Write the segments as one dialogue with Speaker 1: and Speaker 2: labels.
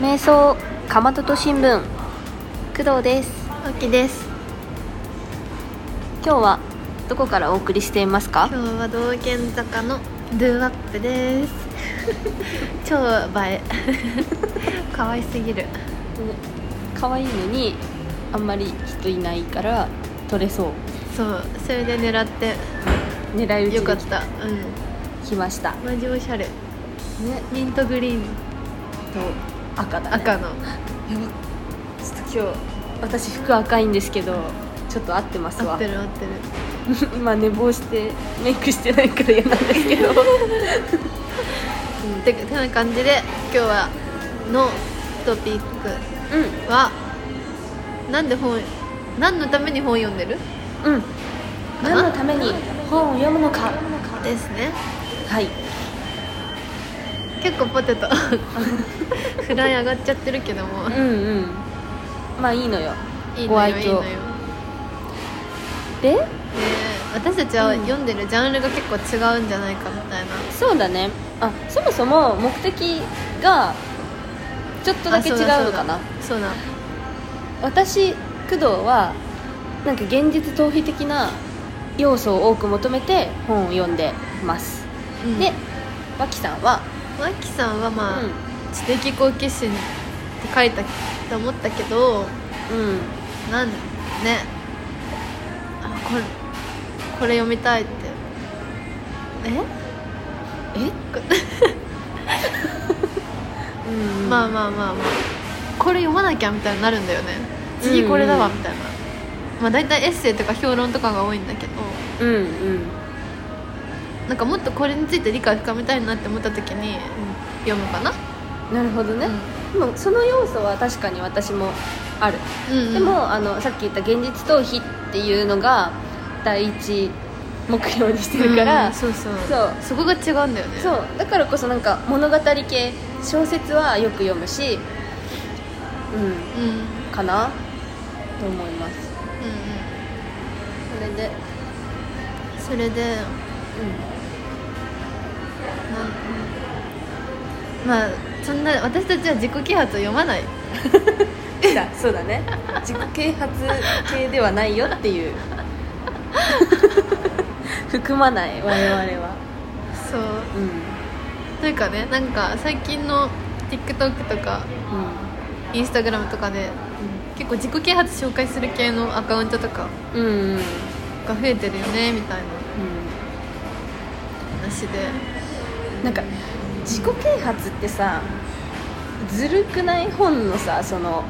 Speaker 1: 瞑想かまとと新聞工藤です
Speaker 2: わきです
Speaker 1: 今日はどこからお送りしていますか
Speaker 2: 今日は道玄坂のドゥーアップです 超映え可愛すぎる
Speaker 1: 可愛いのにあんまり人いないから撮れそう
Speaker 2: そうそれで狙って
Speaker 1: 狙い撃ちで
Speaker 2: よかったうん
Speaker 1: 来ましたね
Speaker 2: マジおしゃれミントグリーン
Speaker 1: と赤だね
Speaker 2: 赤の
Speaker 1: やばちょっと今日私服赤いんですけどちょっと合ってます
Speaker 2: 合っ
Speaker 1: わ
Speaker 2: てる合ってる
Speaker 1: 今寝坊してメイクしてないから嫌なんですけど
Speaker 2: うんててな感じで今日はのトピック
Speaker 1: う
Speaker 2: はなんで本何のために本読んでる
Speaker 1: ん うん何のために本を読むのか
Speaker 2: ですね
Speaker 1: はい
Speaker 2: 結構ポテト フライ上がっちゃってるけども
Speaker 1: うんうんまあいいのよ
Speaker 2: いい
Speaker 1: ご
Speaker 2: の
Speaker 1: 愛
Speaker 2: よいい
Speaker 1: 嬌
Speaker 2: のよ
Speaker 1: で
Speaker 2: ね私たちは
Speaker 1: うん
Speaker 2: 読んでるジャンルが結構違うんじゃないかみたいな
Speaker 1: そうだねあそもそも目的がちょっとだけ違うのかな
Speaker 2: あそうだそうだ
Speaker 1: 私工藤はなんか現実逃避的な要素を多く求めて本を読んでます、
Speaker 2: そうだ、うん
Speaker 1: で脇さんは、
Speaker 2: マキさんはまあ、
Speaker 1: うん
Speaker 2: 知的好奇心って書いたと思ったけ
Speaker 1: う
Speaker 2: ど
Speaker 1: ん、
Speaker 2: なんねあこれこれ読みたいってえ
Speaker 1: え、うん
Speaker 2: ま
Speaker 1: ま
Speaker 2: あまあまあまあこれ読まなきゃみたいになるんだよね次これだわみたいな、まあ大体エッセイとか評論とかが多いんだけど
Speaker 1: あうんうん
Speaker 2: なんかもっとこれについて理解深めたいなって思った時に読むかな、
Speaker 1: なるほどね、でもその要素は確かに私もある
Speaker 2: うんうん
Speaker 1: でもあのさっき言った現実逃避っていうのが第一目標にしてるから、
Speaker 2: うん
Speaker 1: そ
Speaker 2: そうそう
Speaker 1: そう
Speaker 2: そこが違うんだよね
Speaker 1: うだからこそなんか物語系小説はよく読むしう
Speaker 2: うんうんうん
Speaker 1: んかなと思いますそれで
Speaker 2: それでなんまあそんな私たちは自己啓発を読まない
Speaker 1: うん だそうだね自己啓発系ではないよっていう 含まない我々は
Speaker 2: そう
Speaker 1: うん
Speaker 2: というかねなんか最近の TikTok とか
Speaker 1: うん、
Speaker 2: Instagram とかで結構自己啓発紹介する系のアカウントとか
Speaker 1: うんうんうん
Speaker 2: が増えてるよねみたいな話で
Speaker 1: なんか自己啓発ってさずるくない本のさその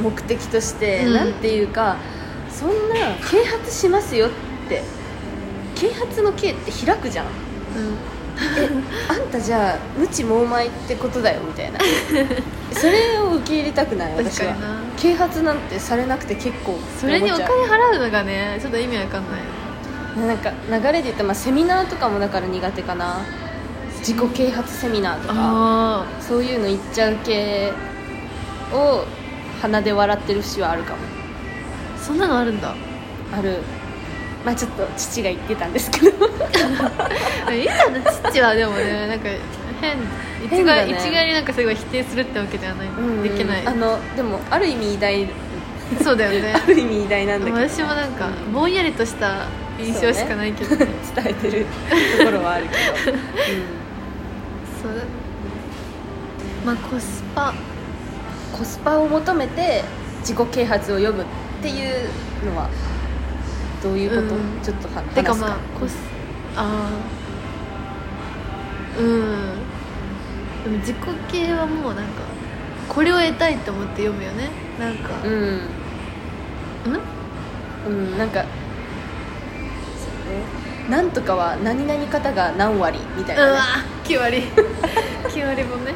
Speaker 1: 目的として、
Speaker 2: うん
Speaker 1: なんていうかそんな啓発しますよって啓発の啓って開くじゃん
Speaker 2: うん
Speaker 1: あんたじゃあ無知猛米ってことだよみ たいなそれを受け入れたくない私は
Speaker 2: 確かにな
Speaker 1: 啓発なんてされなくて結構
Speaker 2: それにお
Speaker 1: 思っち
Speaker 2: 金
Speaker 1: ゃう
Speaker 2: 払うのがねちょっと意味わかんない
Speaker 1: なんか流れで言ったら、まあ、セミナーとかもだから苦手かな自己啓発セミナーとか
Speaker 2: あ
Speaker 1: そういうの言っちゃう系を鼻で笑ってる節はあるかも
Speaker 2: あそんなのあるん だ
Speaker 1: あるまあちょっと父が言ってたんですけど
Speaker 2: リサの父はでもねなんか変一
Speaker 1: 変だ
Speaker 2: 概,、
Speaker 1: ね
Speaker 2: 一概になんかすごい否定するってわけではない、できない
Speaker 1: あのでもある意味偉大
Speaker 2: そうだよね
Speaker 1: ある意味偉大なんだけど
Speaker 2: 私もなんか
Speaker 1: うん
Speaker 2: ぼんやりとした印象しかないけど、ね、
Speaker 1: 伝えてるところはあるけ ど、
Speaker 2: そうまあコスパ
Speaker 1: うん、コスパを求めて自己啓発を読むっていうのはどういうこと、
Speaker 2: うん
Speaker 1: ちょっとは話す
Speaker 2: てかまあコスああうんでも自己系はもうなんかこれを得たいと思って読むよねなんか
Speaker 1: うん
Speaker 2: うん
Speaker 1: うんなんかそうねなんとかは何々方が何割みたいうなね、
Speaker 2: わ9割 9割もね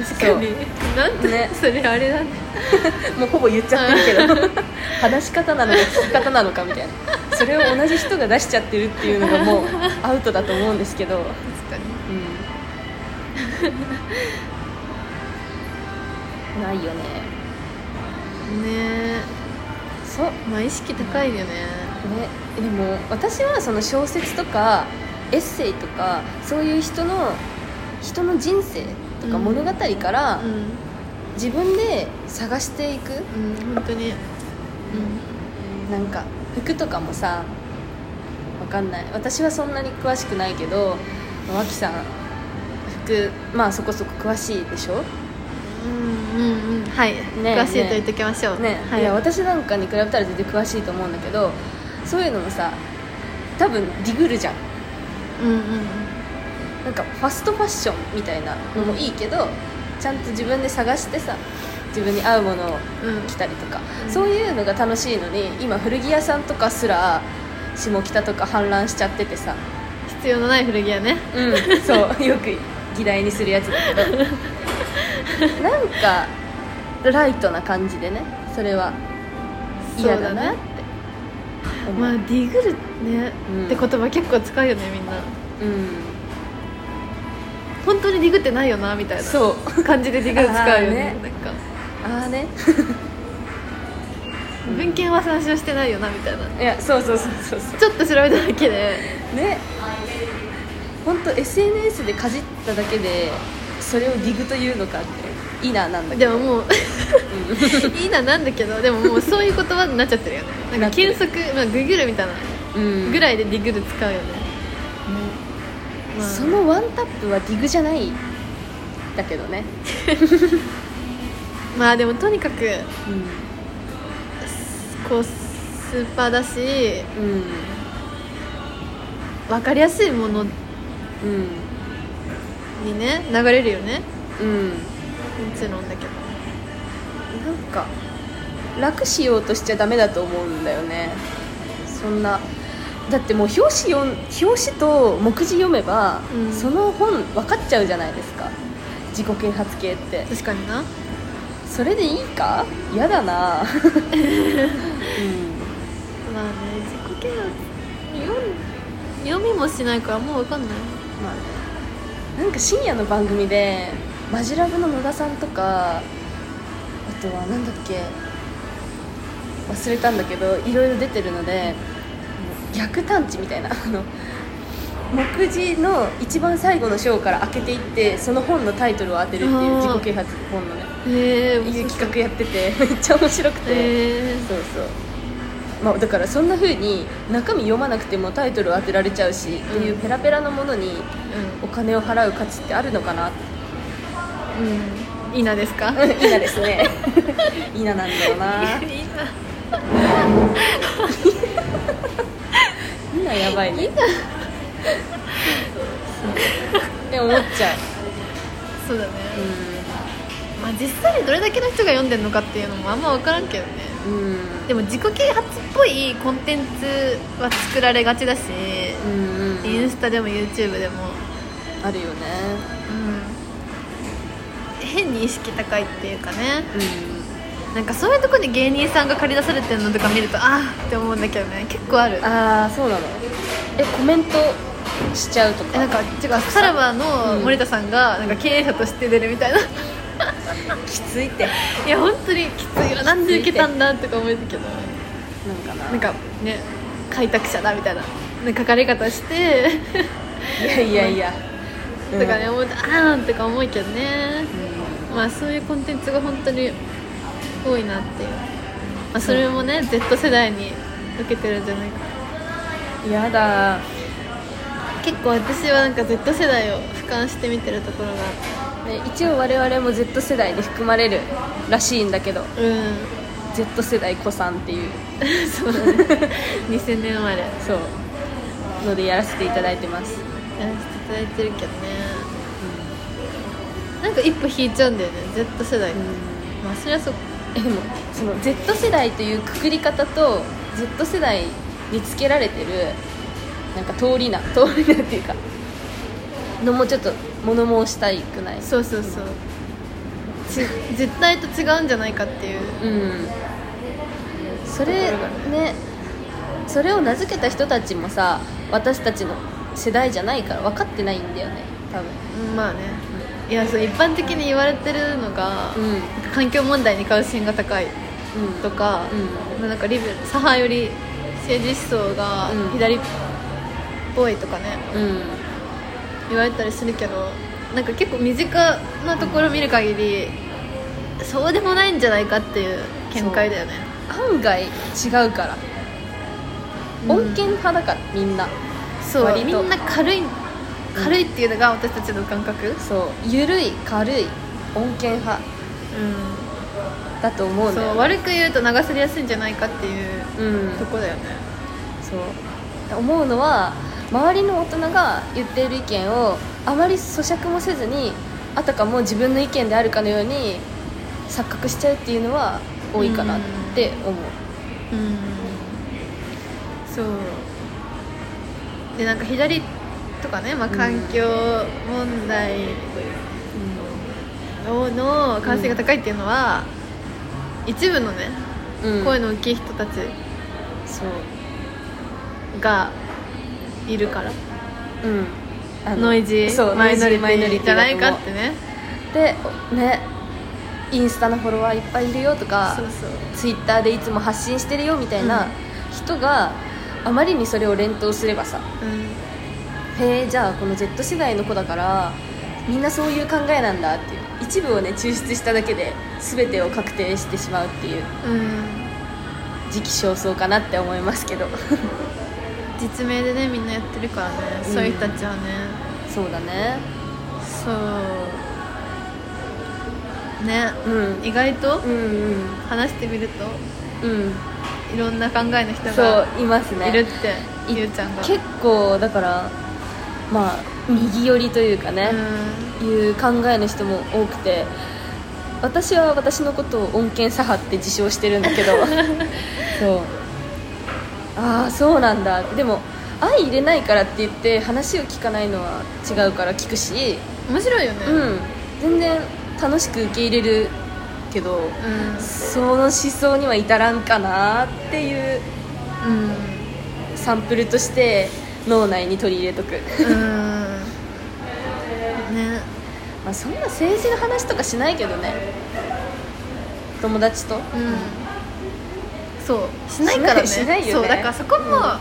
Speaker 2: 確
Speaker 1: そう
Speaker 2: かになんで、
Speaker 1: ね
Speaker 2: それあれだね
Speaker 1: もうほぼ言っちゃってるけど 話し方なのか聞き方なのかみたいなそれを同じ人が出しちゃってるっていうのがもうアウトだと思うんですけど、うん、
Speaker 2: 確かに
Speaker 1: ないよね
Speaker 2: ね
Speaker 1: そうね
Speaker 2: まあ意識高いよね
Speaker 1: でも私はその小説とかエッセイとかそういう人の人の人生とか
Speaker 2: うん
Speaker 1: 物語から自分で探していく、
Speaker 2: うん、うん、本当に
Speaker 1: なんか服とかもさわかんない私はそんなに詳しくないけど脇さん服まあそこそこ詳しいでしょ
Speaker 2: うんうんうんうんはい、
Speaker 1: ねえ
Speaker 2: 詳しいと言っておきましょう
Speaker 1: ね、、
Speaker 2: はいい
Speaker 1: や私なんかに比べたら全然詳しいと思うんだけどそういうのもさ多分ディグるじゃん
Speaker 2: うんうん
Speaker 1: なんかファストファッションみたいなのもいいけど、ちゃんと自分で探してさ自分に合うものを
Speaker 2: うん
Speaker 1: 着たりとか、
Speaker 2: うん
Speaker 1: そういうのが楽しいのに今古着屋さんとかすら下北とか氾濫しちゃっててさ
Speaker 2: 必要のない古着屋ね
Speaker 1: うん そうよく議題にするやつだけどなんかライトな感じでねそれは嫌だなって思う
Speaker 2: まあディグルね、
Speaker 1: うん
Speaker 2: って言葉結構使うよねみんな
Speaker 1: うん
Speaker 2: 本当にディグってないよなみたいな
Speaker 1: そう
Speaker 2: 感じでディグル使うよ ね
Speaker 1: あー
Speaker 2: なんか
Speaker 1: ああねうん
Speaker 2: 文献は参照してないよなみたいない
Speaker 1: やそうそうそうそうそ
Speaker 2: ちょっと調べただけで
Speaker 1: うね本当 SNS でかじっただけでそれをディグというのかっていいななんだけ
Speaker 2: で
Speaker 1: ど
Speaker 2: ももういいななんだけどでももうそういう言葉になっちゃってるよねな
Speaker 1: なんっ
Speaker 2: か
Speaker 1: てる
Speaker 2: 検索、まあ、ググるみたいな
Speaker 1: うん
Speaker 2: ぐ
Speaker 1: い、
Speaker 2: らいでディグル使うよね、まあ
Speaker 1: そのワンタップはディグじゃないだけどね、
Speaker 2: まあでもとにかく
Speaker 1: う
Speaker 2: こうスーパーだし
Speaker 1: んうん
Speaker 2: 分かりやすいもの
Speaker 1: うん
Speaker 2: にね流れるよね
Speaker 1: うん
Speaker 2: もちろんだけど
Speaker 1: なんか楽しようとしちゃダメだと思うんだよねそんなだってもう表紙読ん表紙と目次読めば、
Speaker 2: うん
Speaker 1: その本分かっちゃうじゃないですか自己啓発系って
Speaker 2: 確かにな
Speaker 1: それでいいか嫌だ な、う
Speaker 2: まあね自己啓発読ん読みもしないからもう分かんない
Speaker 1: んまあねなんか深夜の番組でマジラブの野田さんとかあとはなんだっけ忘れたんだけどいろいろ出てるので逆探知みたいなあの目次の一番最後の章から開けていってその本のタイトルを当てるっていう
Speaker 2: あー
Speaker 1: 自己啓発本のね
Speaker 2: ええ
Speaker 1: いう企画やっててめっちゃ面白くて。
Speaker 2: え
Speaker 1: そうそう、まあ、だからそんな風に中身読まなくてもタイトルを当てられちゃうし、っていうペラペラなものにお金を払う価値ってあるのかな
Speaker 2: うん、うん、いいなですか
Speaker 1: いいなです ねいいななんだろうない
Speaker 2: いない
Speaker 1: いなやばいねって思っちゃう
Speaker 2: そうだね、
Speaker 1: う
Speaker 2: まあ、実際どれだけの人が読んでるのかっていうのもあんま分からんけどね
Speaker 1: んうん
Speaker 2: でも自己啓発っぽいコンテンツは作られがちだし、
Speaker 1: うんうん
Speaker 2: インスタでも YouTube でも、
Speaker 1: あるよね
Speaker 2: うん、変に意識高いっていうかね
Speaker 1: う
Speaker 2: なんかそういうとこに芸人さんが借り出されてるのとか見るとああって思うんだけどね結構ある
Speaker 1: んああそうなのえコメントしちゃうと
Speaker 2: え
Speaker 1: か
Speaker 2: なんか違うさらばの
Speaker 1: うん
Speaker 2: 森田さんがなんか経営者として出るみたいな
Speaker 1: きついって
Speaker 2: いや本当にきついわなんで受けたんだとか思うけど
Speaker 1: なんかな
Speaker 2: なんかね開拓者だみたいななんか書かれ方して
Speaker 1: いやいやいや
Speaker 2: とか ね思うとあーんとか思うけどねまあそういうコンテンツが本当に多いなっていう、まあ、それもね Z 世代に受けてるんじゃないか
Speaker 1: うんやだ
Speaker 2: 結構私はなんか Z 世代を俯瞰して見てるところがあっ
Speaker 1: ね、一応我々も Z 世代に含まれるらしいんだけど
Speaker 2: てうん
Speaker 1: Z 世代子さんっていう
Speaker 2: そうだね2000年生まれやら
Speaker 1: そうのでやらせていただいてます、
Speaker 2: せていただいてるけどねなんか一歩引いちゃうんだよね Z 世代、まあそれはそう
Speaker 1: えでもその Z 世代というくくり方と Z 世代につけられてるなんか通りな 通りなっていうかのもちょっと物申したいくない
Speaker 2: そうそうそうち絶対と違うんじゃないかっていう
Speaker 1: うんそれ
Speaker 2: ところが
Speaker 1: ねそれを名付けた人たちもさ私たちの世代じゃないから分かってないんだよね多分
Speaker 2: まあねいやそう一般的に言われてるのが、
Speaker 1: うん
Speaker 2: 環境問題に関心が高い
Speaker 1: うん
Speaker 2: とか、
Speaker 1: う
Speaker 2: まあなんかリベ左派より政治思想が
Speaker 1: うん
Speaker 2: 左っぽいとかね、
Speaker 1: うん
Speaker 2: 言われたりするけどなんか結構身近なところ見る限りそうでもないんじゃないかっていう見解だよね
Speaker 1: 案外違うから
Speaker 2: うん
Speaker 1: 穏健派だからみんな
Speaker 2: そう
Speaker 1: 割
Speaker 2: み
Speaker 1: と
Speaker 2: んな軽い軽いっていうのが私たちの感覚
Speaker 1: そう緩い軽い穏健派
Speaker 2: う
Speaker 1: だと思うんんだ
Speaker 2: そ
Speaker 1: よ
Speaker 2: う
Speaker 1: ね
Speaker 2: 悪く言うと流されやすいんじゃないかっていう
Speaker 1: うん
Speaker 2: とこだよね
Speaker 1: そう思うのは周りの大人が言っている意見をあまり咀嚼もせずにあたかも自分の意見であるかのように錯覚しちゃうっていうのは多いかなって思う
Speaker 2: うんそうでなんか左とかね、まあ、環境問題の関心が高いっていうのは、一部のね
Speaker 1: うん、うん
Speaker 2: 声の大きい人たち
Speaker 1: そう
Speaker 2: がいるから、
Speaker 1: うんあの
Speaker 2: ノイジー
Speaker 1: そう
Speaker 2: マイノリテ
Speaker 1: ノイジーマイノリ
Speaker 2: ィ
Speaker 1: ティ
Speaker 2: じゃない
Speaker 1: だ
Speaker 2: か
Speaker 1: と
Speaker 2: っ
Speaker 1: 思う
Speaker 2: てね
Speaker 1: でねインスタのフォロワーいっぱいいるよとか
Speaker 2: そうそう
Speaker 1: ツイッターでいつも発信してるよみたいうなん人があまりにそれを連投すればさ
Speaker 2: う、
Speaker 1: へえじゃあこの Z 世代の子だからみんなそういう考えなんだっていう一部をね抽出しただけで全てを確定してしまうっていうん
Speaker 2: うん、
Speaker 1: 時期尚早かなって思いますけど
Speaker 2: 実名でねみんなやってるからね、
Speaker 1: うん
Speaker 2: そういう人たちはね
Speaker 1: そうだね
Speaker 2: そうね、
Speaker 1: うん
Speaker 2: 意外と
Speaker 1: うんうん
Speaker 2: 話してみると
Speaker 1: うん
Speaker 2: いろんな考えの人
Speaker 1: そ
Speaker 2: が
Speaker 1: ういますね
Speaker 2: いるってゆうちゃんが
Speaker 1: 結構だからまあ右寄りというかね、いう考えの人も多くて私は私のことを穏健左派って自称してるんだけどそうああそうなんだでも相入れないからって言って話を聞かないのは違うから聞くし
Speaker 2: うん面白いよね
Speaker 1: うん全然楽しく受け入れるけどその思想には至らんかなっていう
Speaker 2: うん
Speaker 1: サンプルとして脳内に取り入れとく、
Speaker 2: うん、うんね
Speaker 1: まあ、そんな政治の話とかしないけどね友達と
Speaker 2: うんそうしないからね
Speaker 1: しないしないよね
Speaker 2: そうだからそこも、
Speaker 1: うん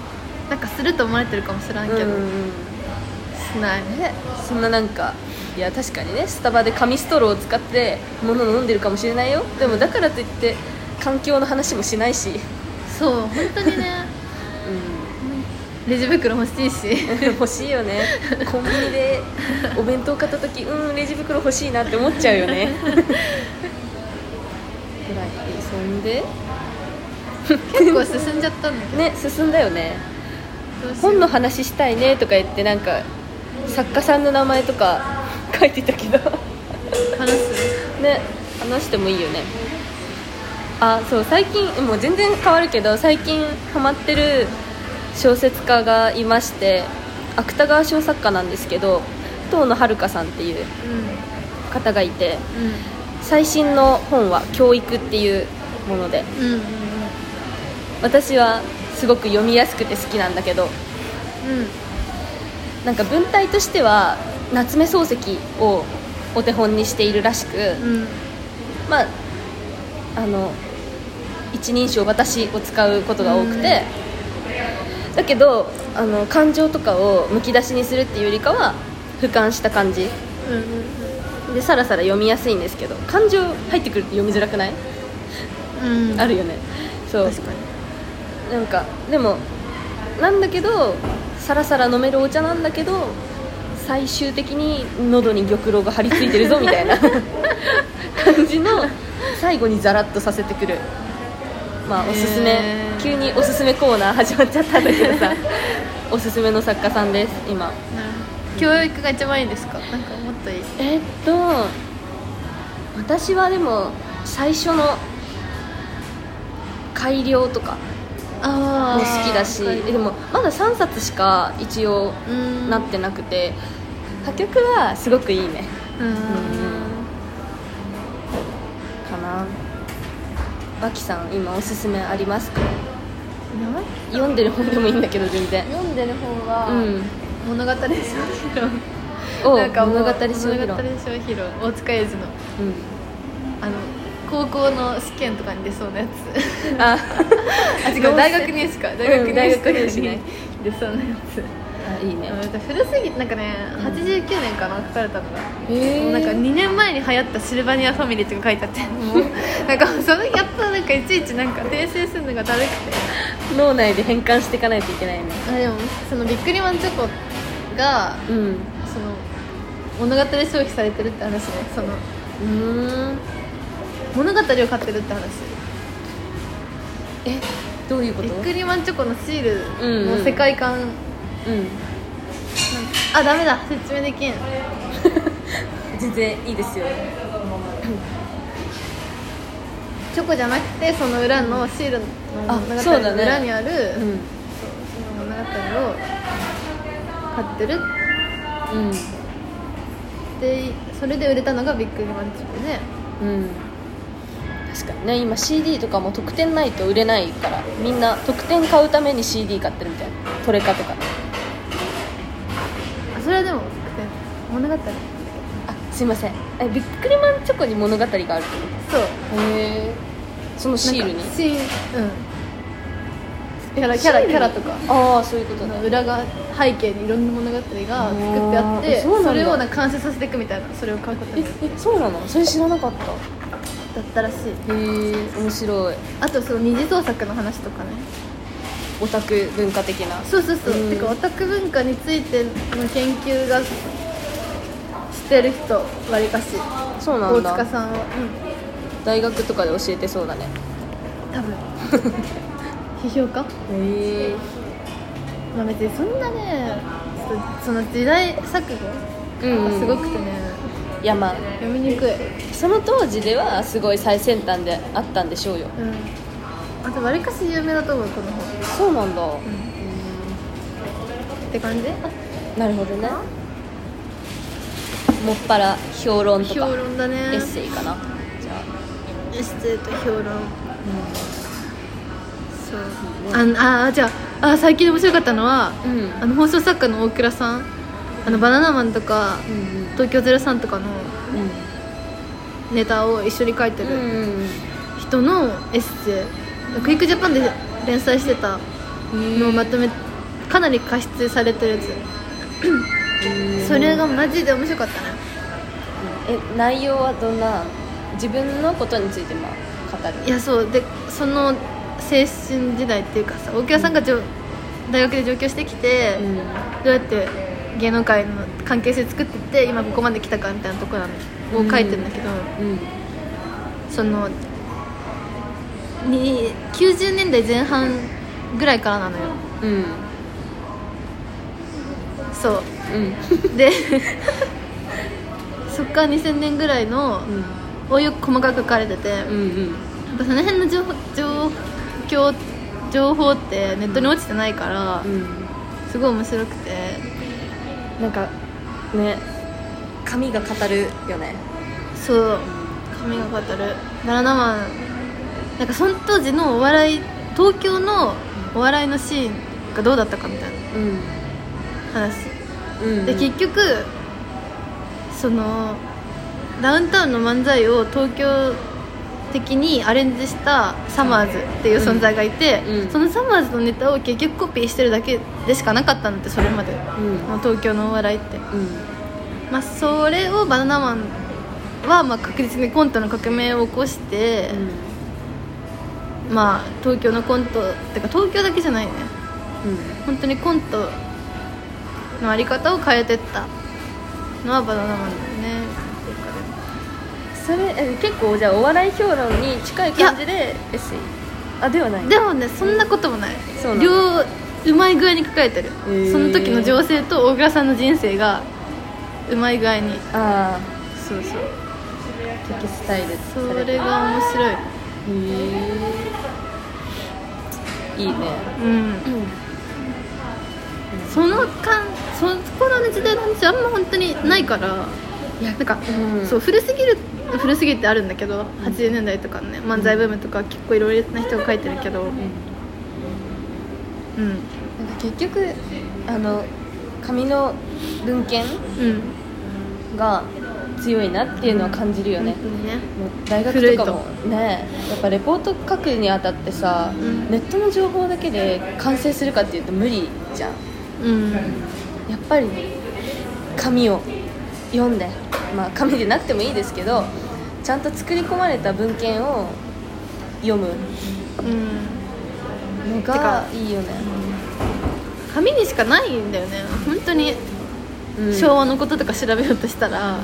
Speaker 2: なんかすると思われてるかもしれんけど、
Speaker 1: うん
Speaker 2: しない
Speaker 1: ね、そんななんかいや確かにねスタバで紙ストローを使って物を飲んでるかもしれないよでもだからといって環境の話もしないし、
Speaker 2: そう本当 にねレジ袋欲しいし
Speaker 1: うん、 欲しいよねコンビニでお弁当買った時うんレジ袋欲しいなって思っちゃうよねぐらいそんで
Speaker 2: 結構進んじゃったんだけど
Speaker 1: ね進んだよね
Speaker 2: どうしよう
Speaker 1: 本の話したいねとか言ってなんか作家さんの名前とか書いてたけど
Speaker 2: 話す
Speaker 1: ね話してもいいよねあそう最近もう全然変わるけど最近ハマってる小説家がいまして芥川賞作家なんですけど遠野遥さんっていう
Speaker 2: う
Speaker 1: 方がいて
Speaker 2: ん
Speaker 1: 最新の本は「教育」っていうもので
Speaker 2: うんうん
Speaker 1: 私はすごく読みやすくて好きなんだけど
Speaker 2: うんうん
Speaker 1: なんか文体としては夏目漱石をお手本にしているらしく、
Speaker 2: うん
Speaker 1: まあ、あの一人称「私」を使うことが多くて、だけどあの感情とかをむき出しにするっていうよりかは俯瞰した感じ
Speaker 2: うんうん
Speaker 1: でさらさら読みやすいんですけど感情入ってくると読みづらくない、
Speaker 2: うんうん
Speaker 1: あるよねそう
Speaker 2: 確かに
Speaker 1: なんかでもなんだけどさらさら飲めるお茶なんだけど最終的に喉に玉露が張り付いてるぞみたい な感じの最後にザラッとさせてくるまあおすすめ
Speaker 2: へー
Speaker 1: 急におすすめコーナー始まっちゃったんだけど さおすすめの作家さんです今
Speaker 2: なるほど教育が一番いいんですかなんかもっといい
Speaker 1: えっと私はでも最初の改良とか
Speaker 2: あ
Speaker 1: も好きだしえでもまだ3冊しか一応
Speaker 2: うん
Speaker 1: なってなくて破局はすごくいいね
Speaker 2: うん
Speaker 1: かな脇さん今おすすめありますか読んでる本でもいいんだけど全然
Speaker 2: 読んでる本は
Speaker 1: うん
Speaker 2: 物語小披露
Speaker 1: お
Speaker 2: なんかもう
Speaker 1: 物語小
Speaker 2: 物
Speaker 1: 披
Speaker 2: 語
Speaker 1: 露
Speaker 2: 小披露大塚英二の
Speaker 1: う
Speaker 2: あの高校の試験とかに出そうなやつ
Speaker 1: んあ
Speaker 2: あ違う大学入試か大学
Speaker 1: うん大学
Speaker 2: 入
Speaker 1: 入
Speaker 2: 試
Speaker 1: 試
Speaker 2: に
Speaker 1: ね
Speaker 2: 出そうなやつ
Speaker 1: あいいね
Speaker 2: うん古すぎなんかね89年かな書かれたのが、
Speaker 1: へー
Speaker 2: もうなんか2年前に流行った「シルバニアファミリー」とか書いてあってもう なんかそのやっぱなんかいちいちなんか訂正するのがだるくて
Speaker 1: 脳内で変換していかないといけないね
Speaker 2: あでもそのビックリマンチョコが
Speaker 1: うんう
Speaker 2: その物語消費されてるって話ねその
Speaker 1: ーん
Speaker 2: 物語を買ってるって話
Speaker 1: えどういうこ
Speaker 2: ビ
Speaker 1: と
Speaker 2: ックリマンチョコのシール
Speaker 1: うんう
Speaker 2: の
Speaker 1: ん
Speaker 2: 世界観、
Speaker 1: うん
Speaker 2: あダメだ説明できん
Speaker 1: 全然いいですよ
Speaker 2: チョコじゃなくてその裏のシールの
Speaker 1: あ
Speaker 2: 物
Speaker 1: そ
Speaker 2: 語
Speaker 1: うだ
Speaker 2: の
Speaker 1: ね
Speaker 2: 裏にある、
Speaker 1: うん
Speaker 2: その物語を買ってる
Speaker 1: うん
Speaker 2: でそれで売れたのがビックリマンチョコで
Speaker 1: うん確かにね今 CD とかも特典ないと売れないからみんな特典買うために CD 買ってるみたいなトレカとか
Speaker 2: あそれはでも物語そう
Speaker 1: あすいませんえビックリマンチョコに物語があるってこ
Speaker 2: なんか
Speaker 1: とへえそのシールに
Speaker 2: シールうんキャラキャラキャラとか
Speaker 1: ああそういうこと
Speaker 2: その
Speaker 1: ね
Speaker 2: 裏が背景にいろんな物語が作ってあっ
Speaker 1: あーえ
Speaker 2: て
Speaker 1: そうなん
Speaker 2: そ
Speaker 1: だ
Speaker 2: れをなんか完成させていくみたいなそれを買うこと
Speaker 1: え
Speaker 2: に
Speaker 1: え
Speaker 2: だ
Speaker 1: そうなのそれ知らなかった
Speaker 2: ったらしい
Speaker 1: へえ面白い
Speaker 2: あとその二次創作の話とかね
Speaker 1: オタク文化的な
Speaker 2: そうそうそう、
Speaker 1: うん
Speaker 2: てかオタク文化についての研究がしてる人わりかし
Speaker 1: そうな
Speaker 2: 大
Speaker 1: ん
Speaker 2: 塚
Speaker 1: だ
Speaker 2: さんはうん
Speaker 1: 大学とかで教えてそうだね
Speaker 2: 多 分批評家
Speaker 1: へえ
Speaker 2: まあ別にそんなねちょっとその時代錯
Speaker 1: う
Speaker 2: 誤
Speaker 1: ん、
Speaker 2: が
Speaker 1: うん、
Speaker 2: すごくてね、
Speaker 1: いやまあ
Speaker 2: 読みにくい、うん、
Speaker 1: その当時ではすごい最先端であったんでしょうよ
Speaker 2: あとわりかし有名だと思うこの本
Speaker 1: そうなんだ、
Speaker 2: って感じ
Speaker 1: なるほどねもっぱら評論と
Speaker 2: 評
Speaker 1: か
Speaker 2: 論だね
Speaker 1: エッセイかなじゃ
Speaker 2: エステと評論
Speaker 1: あ、
Speaker 2: そうああじゃああ最近面白かったのは、
Speaker 1: うん
Speaker 2: あの放送作家の大倉さんあのバナナマンとか、
Speaker 1: うんうん
Speaker 2: 東京03とかの
Speaker 1: うん
Speaker 2: ネタを一緒に書いて
Speaker 1: う
Speaker 2: る、
Speaker 1: ん
Speaker 2: 人のエッセイクイックジャパンで連載してたのをまとめかなり加筆されてるやつそれがマジで面白かったね
Speaker 1: え内容はどんな自分のことについてまあ語る
Speaker 2: いやそうでその青春時代っていうかさ大倉さんがじょ大学で上京してきて、
Speaker 1: うん
Speaker 2: どうやって芸能界の関係性作ってって今ここまで来たかみたいなところを書いてるんだけど、
Speaker 1: うん
Speaker 2: そのに90年代前半ぐらいからなのよ
Speaker 1: うん
Speaker 2: そう
Speaker 1: うん
Speaker 2: でそっから2000年ぐらいの
Speaker 1: うん
Speaker 2: およく細かく書かれてて、やっ
Speaker 1: うん
Speaker 2: ぱその辺の情報情況情報ってネットに落ちてないから、
Speaker 1: うん
Speaker 2: すごい面白くて
Speaker 1: なんかね髪が語るよね
Speaker 2: そう髪が語るバナナマンなんかその当時のお笑い東京のお笑いのシーンがどうだったかみたいな
Speaker 1: うん
Speaker 2: 話
Speaker 1: うん
Speaker 2: で結局そのダウンタウンの漫才を東京的にアレンジしたサマーズっていう存在がいて、
Speaker 1: うんうん
Speaker 2: そのサマーズのネタを結局コピーしてるだけでしかなかったんだってそれまで、
Speaker 1: うん
Speaker 2: もう東京のお笑いって、
Speaker 1: うん
Speaker 2: まあ、それをバナナマンはまあ確実にコントの革命を起こして、まあ東京のコントってか東京だけじゃないね
Speaker 1: う
Speaker 2: 本当にコントのあり方を変えてったのはバナナマンだよね
Speaker 1: んそれえ結構じゃあお笑い評論に近い感じでエッセイあではない
Speaker 2: でもねそんなこともない
Speaker 1: そうなの
Speaker 2: 両うまい具合に書かれてる、
Speaker 1: ー
Speaker 2: その時の情勢と大倉さんの人生がうまい具合に
Speaker 1: ああ
Speaker 2: そうそ
Speaker 1: テ
Speaker 2: う
Speaker 1: キスタイルさ
Speaker 2: そ
Speaker 1: れて
Speaker 2: れが面白い
Speaker 1: いいね
Speaker 2: うんその間そこの時代の話あんま本当にないからいやなんか、
Speaker 1: うん
Speaker 2: そう古すぎる古すぎってあるんだけど80年代とかのね漫才ブームとか結構いろいろな人が書いてるけどうん
Speaker 1: なんか結局あの紙の文献
Speaker 2: うん
Speaker 1: が強いなっていうのは感じるよね、
Speaker 2: 本当にね
Speaker 1: もう大学とかもねやっぱレポート書くにあたってさ、
Speaker 2: ん
Speaker 1: ネットの情報だけで完成するかっていうと無理じゃん
Speaker 2: うん
Speaker 1: やっぱり紙を読んでまあ紙でなくてもいいですけどちゃんと作り込まれた文献を読む
Speaker 2: うん
Speaker 1: のがいいよね、
Speaker 2: 紙にしかないんだよね本当に
Speaker 1: うん
Speaker 2: 昭和のこととか調べようとしたら、
Speaker 1: うん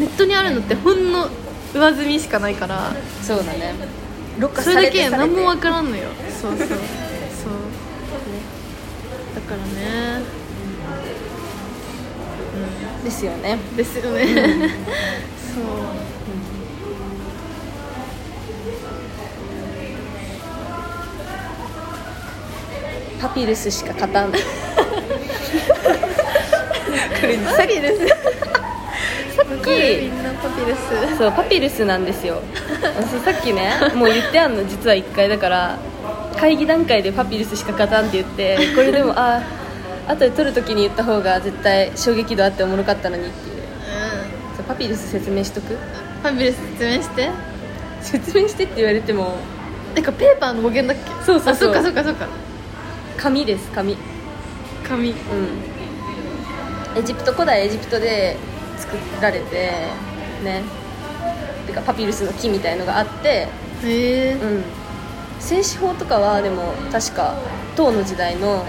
Speaker 2: ネットにあるのってほんの上積みしかないから
Speaker 1: そうだねろ過
Speaker 2: そ
Speaker 1: され
Speaker 2: れだ
Speaker 1: て
Speaker 2: け
Speaker 1: され
Speaker 2: 何
Speaker 1: て
Speaker 2: もわからんのよそ うそうそうだからね
Speaker 1: ですよね
Speaker 2: ですよねそう
Speaker 1: パピルスしか勝たんこれさっき
Speaker 2: す
Speaker 1: き
Speaker 2: みんなパピル ス
Speaker 1: そうパピルスなんです よ私さっきねもう言ってあんの実は1回だから会議段階でパピルスしか勝たんって言ってこれでもああ後で撮るときに言った方が絶対衝撃度あっておもろかったのにっていう
Speaker 2: う
Speaker 1: そうパピルス説明しとく
Speaker 2: んパピルス説明して
Speaker 1: 説明してって言われても
Speaker 2: なんかペーパーの語源だっけ
Speaker 1: そうそうそう
Speaker 2: あそっかそっかそっか
Speaker 1: 紙です紙
Speaker 2: 紙うん
Speaker 1: うん、エジプト古代エジプトで作られてねてかパピルスの木みたいのがあって、
Speaker 2: へえ
Speaker 1: うん、製紙法とかはでも確か唐の時代のあの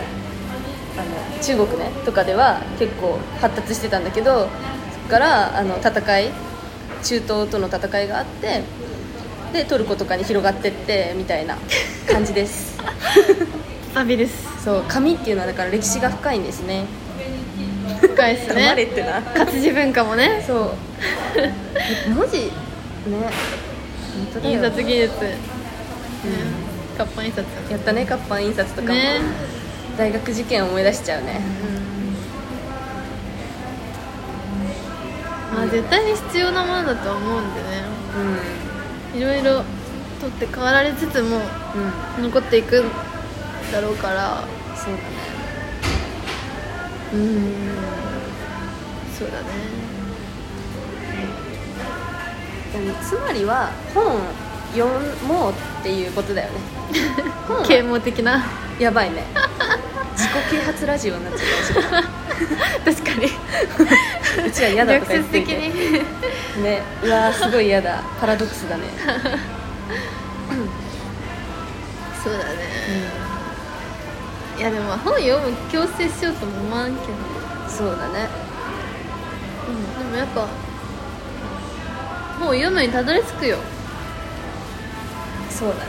Speaker 1: 中国ねとかでは結構発達してたんだけどそこからあの戦い中東との戦いがあってでトルコとかに広がってってみたいな感じです
Speaker 2: パピルス
Speaker 1: そう紙っていうのはだから歴史が深いんですね
Speaker 2: 深いですね
Speaker 1: 黙れってな
Speaker 2: 活字文化もね
Speaker 1: そう文字ね本当だ
Speaker 2: 印
Speaker 1: よ
Speaker 2: 刷技術、うん、活版印刷
Speaker 1: やったね活版印刷とかも、
Speaker 2: ね
Speaker 1: 大学受験思い出しちゃうね
Speaker 2: まあ絶対に必要なものだとは思うんでね
Speaker 1: う
Speaker 2: いろいろ取って変わられつつも
Speaker 1: んうん
Speaker 2: 残っていくんだろうから
Speaker 1: そうだね
Speaker 2: うんそうだね
Speaker 1: でもつまりは本読もうっていうことだよね本
Speaker 2: 啓蒙的な
Speaker 1: やばいね自己啓発ラジオになっちゃったうち
Speaker 2: 確かに
Speaker 1: らうちは嫌だと
Speaker 2: 逆
Speaker 1: か言
Speaker 2: 説
Speaker 1: ってい
Speaker 2: 的
Speaker 1: て
Speaker 2: に
Speaker 1: ねうわーすごい嫌だパラドックスだね、
Speaker 2: そうだねいやでも本読む強制しようとも思わんけど、
Speaker 1: そうだね
Speaker 2: でもやっぱもう読むにたどり着くよ
Speaker 1: そうだね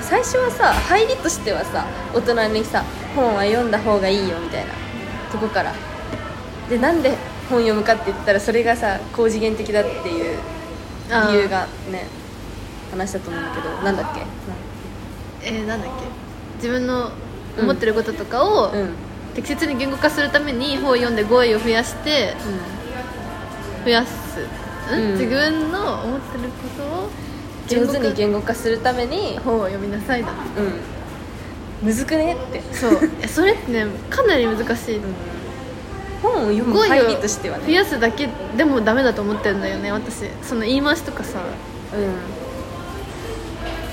Speaker 1: 最初はさ入りとしてはさ大人にさ本は読んだ方がいいよみたいなとこからでなんで本読むかって言ったらそれがさ高次元的だっていう
Speaker 2: あー
Speaker 1: 理由がね話したと思うんだけどなんだっけ
Speaker 2: えー、なんだっけ自分の思ってることとかを、
Speaker 1: うんうん
Speaker 2: 適切に言語化するために本を読んで語彙を増やして増やす、ん
Speaker 1: うん
Speaker 2: 自分の思ってることを
Speaker 1: 上手に
Speaker 2: 言
Speaker 1: 言語化するために
Speaker 2: 語化本を読みなさいだ
Speaker 1: うんむずくねって、
Speaker 2: そういやそれってねかなり難しい、
Speaker 1: うん本を読む
Speaker 2: 語
Speaker 1: 入り
Speaker 2: 彙を
Speaker 1: としては
Speaker 2: 増
Speaker 1: ね
Speaker 2: やすだけでもダメだと思ってるんだよね私その言い回しとかさ
Speaker 1: う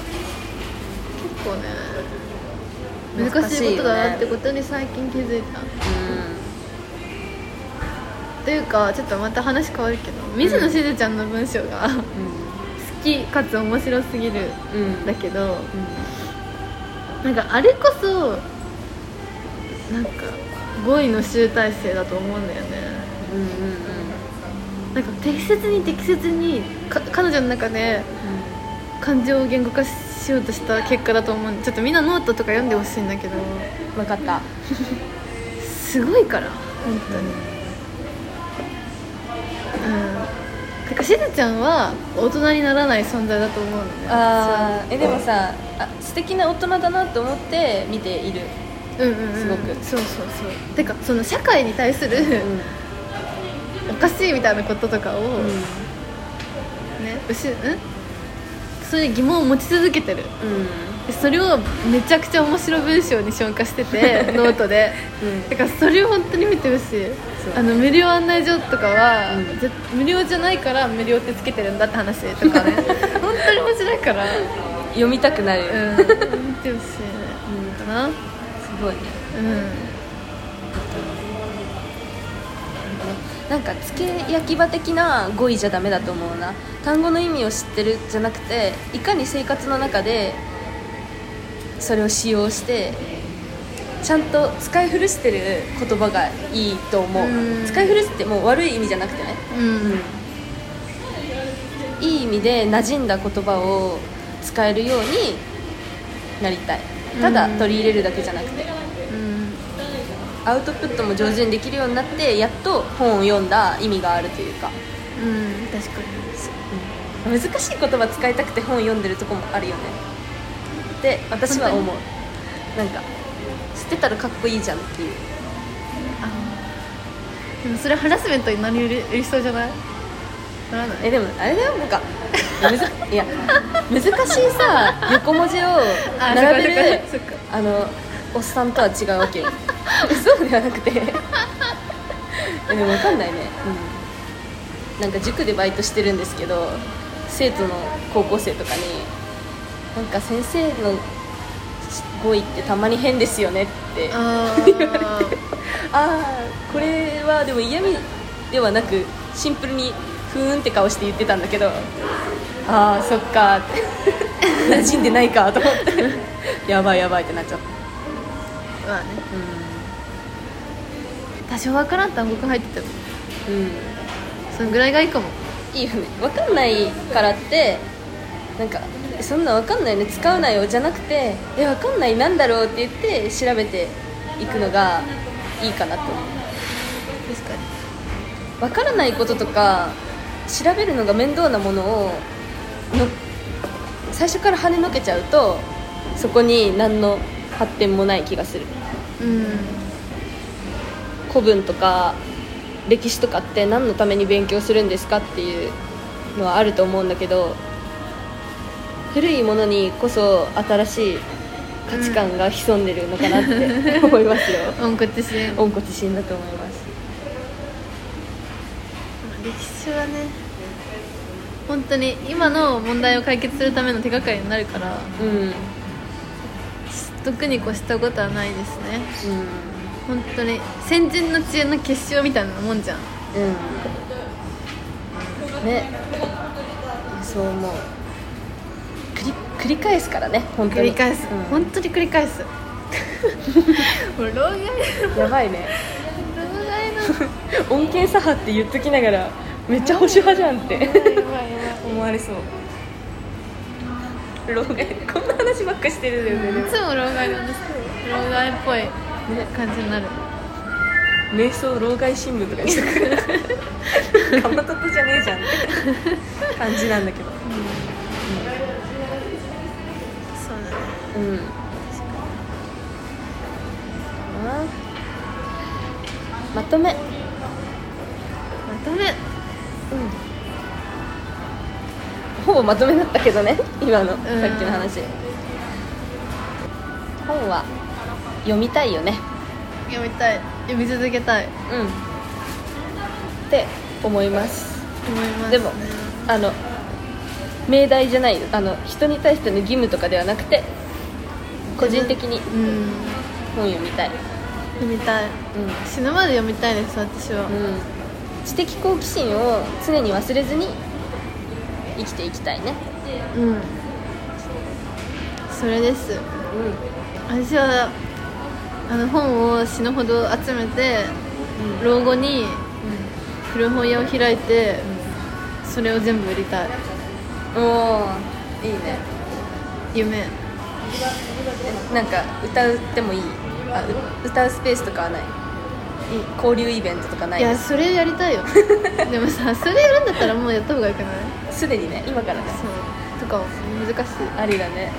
Speaker 2: 結構ね
Speaker 1: 難しいよね
Speaker 2: 難しいことだなってことに最近気づいた
Speaker 1: ん
Speaker 2: というかちょっとまた話変わるけど水野しずちゃんの文章が 好きかつ面白すぎる
Speaker 1: うんうん
Speaker 2: だけど
Speaker 1: うん
Speaker 2: なんかあれこそなんか語彙の集大成だと思うんだよね
Speaker 1: うんうんうん
Speaker 2: なんか適切に適切にか彼女の中で感情を言語化しようとした結果だと思うんでちょっとみんなノートとか読んでほしいんだけど
Speaker 1: 分かった
Speaker 2: すごいから本当にうんなんかしずちゃんは大人にならない存在だと思うのね
Speaker 1: あーえでもさあ素敵な大人だなと思って見ている、
Speaker 2: うんうんうん
Speaker 1: すごく
Speaker 2: そうそうそうてかその社会に対する、おかしいみたいなこととかを、
Speaker 1: うん
Speaker 2: ねうしんそういう疑問を持ち続けてる
Speaker 1: うん
Speaker 2: でそれをめちゃくちゃ面白い文章に消化して てノートで
Speaker 1: うん
Speaker 2: だからそれを本当に見てほしいあの無料案内所とかは、
Speaker 1: うん
Speaker 2: ぜ無料じゃないから無料ってつけてるんだって話 とかね本当に面白いから、うん、
Speaker 1: 読みたくなる、
Speaker 2: 見てほしいかな
Speaker 1: すごいね
Speaker 2: う
Speaker 1: なんかつけ焼き場的な語彙じゃダメだと思うな単語の意味を知ってるじゃなくていかに生活の中でそれを使用してちゃんと使い古してる言葉がいいと思う
Speaker 2: うん
Speaker 1: 使い古すってもう悪い意味じゃなくてね
Speaker 2: んうん
Speaker 1: いい意味で馴染んだ言葉を使えるようになりたいただ
Speaker 2: うん
Speaker 1: 取り入れるだけじゃなくて
Speaker 2: うん
Speaker 1: アウトプットも上手にできるようになってやっと本を読んだ意味があるというか
Speaker 2: うん確かに
Speaker 1: 難しい言葉使いたくて本読んでるとこもあるよねって私は思
Speaker 2: 本
Speaker 1: うなんか知ってたらかっこいいじゃんっていう
Speaker 2: あでもそれハラスメントになりうりうりそうじゃないならない
Speaker 1: えでもあれだよなんかむずいや難しいさ横文字を
Speaker 2: あ
Speaker 1: 並べる
Speaker 2: そっかそっか
Speaker 1: あのおっさんとは違うわけよそうではなくてえでも分かんないね、うん、なんか塾でバイトしてるんですけど生徒の高校生とかになんか先生の語彙ってたまに変ですよねってあ
Speaker 2: ああ
Speaker 1: あーこれはでも嫌味ではなくシンプルにふーんって顔して言ってたんだけどああそっかーって馴染んでないかと思ってやばいやばいってなっちゃった
Speaker 2: まあね
Speaker 1: う
Speaker 2: 多少わからん単語が入ってても
Speaker 1: ん、うん、
Speaker 2: そのぐらいがいいかも
Speaker 1: いいよね分かんないからってなんかえそんな分かんないよね使うなよじゃなくてえ分かんないなんだろうって言って調べていくのがいいかなと思
Speaker 2: 確かに
Speaker 1: う分からないこととか調べるのが面倒なものをの最初から跳ねのけちゃうとそこに何の発展もない気がする
Speaker 2: うん
Speaker 1: 古文とか歴史とかって何のために勉強するんですかっていうのはあると思うんだけど古いものにこそ新しい価値観が潜んでるのかなって思いますよ
Speaker 2: 温故知新
Speaker 1: 温故知新だと思います
Speaker 2: 歴史はね本当に今の問題を解決するための手がかりになるから
Speaker 1: うんうん
Speaker 2: 特に越したことはないですね本当に先人の知恵の結晶みたいなもんじゃん
Speaker 1: うんねそう思う繰り繰り返すからね本当
Speaker 2: 繰
Speaker 1: に
Speaker 2: り返す、
Speaker 1: うん
Speaker 2: 本当に繰り返すもう老害
Speaker 1: やばいね
Speaker 2: 老害の
Speaker 1: 恩恵左派って言っときながらめっちゃ保守派じゃんって思われそう老害こんな話ばっかしてるんだよねで
Speaker 2: い
Speaker 1: も
Speaker 2: つも老害なんですけど老害っぽい感じになる
Speaker 1: 瞑想老害新聞とかにし とくかまととじゃねえじゃんって感じなんだけど
Speaker 2: そうだね
Speaker 1: うんあまとめ
Speaker 2: まとめ
Speaker 1: ほぼまとめだったけどね 今のさっ
Speaker 2: ん
Speaker 1: きの話本は読みたいよね
Speaker 2: 読みたい読み続けたい
Speaker 1: うんって思います
Speaker 2: 思います、
Speaker 1: で
Speaker 2: ね、
Speaker 1: もあの命題じゃないよあの人に対しての義務とかではなくて個人的に
Speaker 2: うん
Speaker 1: 本読みたい
Speaker 2: 読みたい死ぬまで読みたいです私は、
Speaker 1: うん、うん、知的好奇心を常に忘れずに生きていきたいね
Speaker 2: うん、それです
Speaker 1: う
Speaker 2: 私はあの本を死ぬほど集めて老後に古本屋を開いてそれを全部売りたい
Speaker 1: んおーいいね
Speaker 2: 夢
Speaker 1: なんか歌ってもいいあう歌うスペースとかはない交流イベントとかない
Speaker 2: いやそれやりたいよでもさそれやるんだったらもうやった方がよ くない
Speaker 1: すでにね今からね
Speaker 2: そうとか難しい
Speaker 1: ありだ ね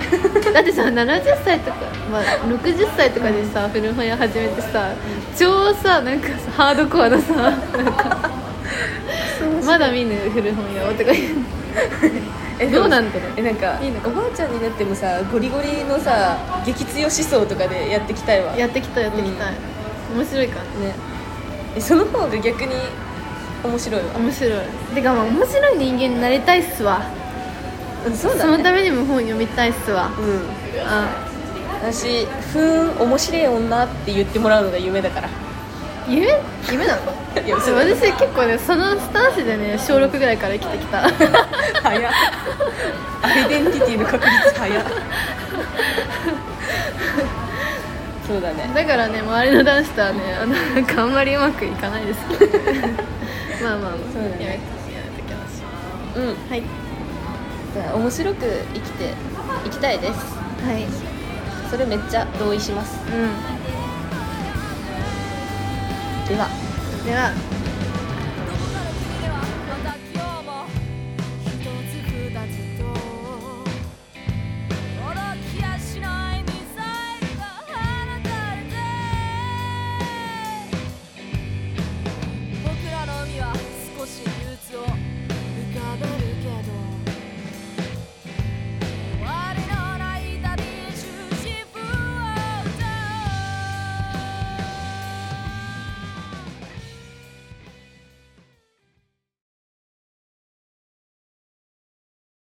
Speaker 2: だってさ70歳とか、まあ、60歳とかでさ古本屋始めてさ超さなんかさハードコアなさなんかまだ見ぬ古本屋をとか言う
Speaker 1: え
Speaker 2: どうなんだろう
Speaker 1: えなんか
Speaker 2: いいの
Speaker 1: おばあちゃんになってもさゴリゴリのさ激強思想とかでやってきたいわ
Speaker 2: やってきたやってきたい、面白いか
Speaker 1: ねえその方が逆に面白いわ
Speaker 2: ら面白いてかまあ面白い人間になりたいっすわ
Speaker 1: うんそう
Speaker 2: そ
Speaker 1: だ
Speaker 2: の
Speaker 1: ね
Speaker 2: ためにも本読みたいっすわ
Speaker 1: うん
Speaker 2: あ
Speaker 1: 私「ふーん面白い女」って言ってもらうのが夢だから
Speaker 2: 夢夢なの
Speaker 1: いや
Speaker 2: そう私結構ねそのスタンスでね小6ぐらいから生きてきた
Speaker 1: 早っアイデンティティの確率早っそうだね
Speaker 2: だからね周りの男子とはね あのなんかあんまりうまくいかないですけど、ね、まあまあまあ
Speaker 1: そうだね
Speaker 2: やめやめときましょ
Speaker 1: うん
Speaker 2: うはい
Speaker 1: だから面白く生きていきたいです
Speaker 2: はい
Speaker 1: それめっちゃ同意します
Speaker 2: う
Speaker 1: では
Speaker 2: んでは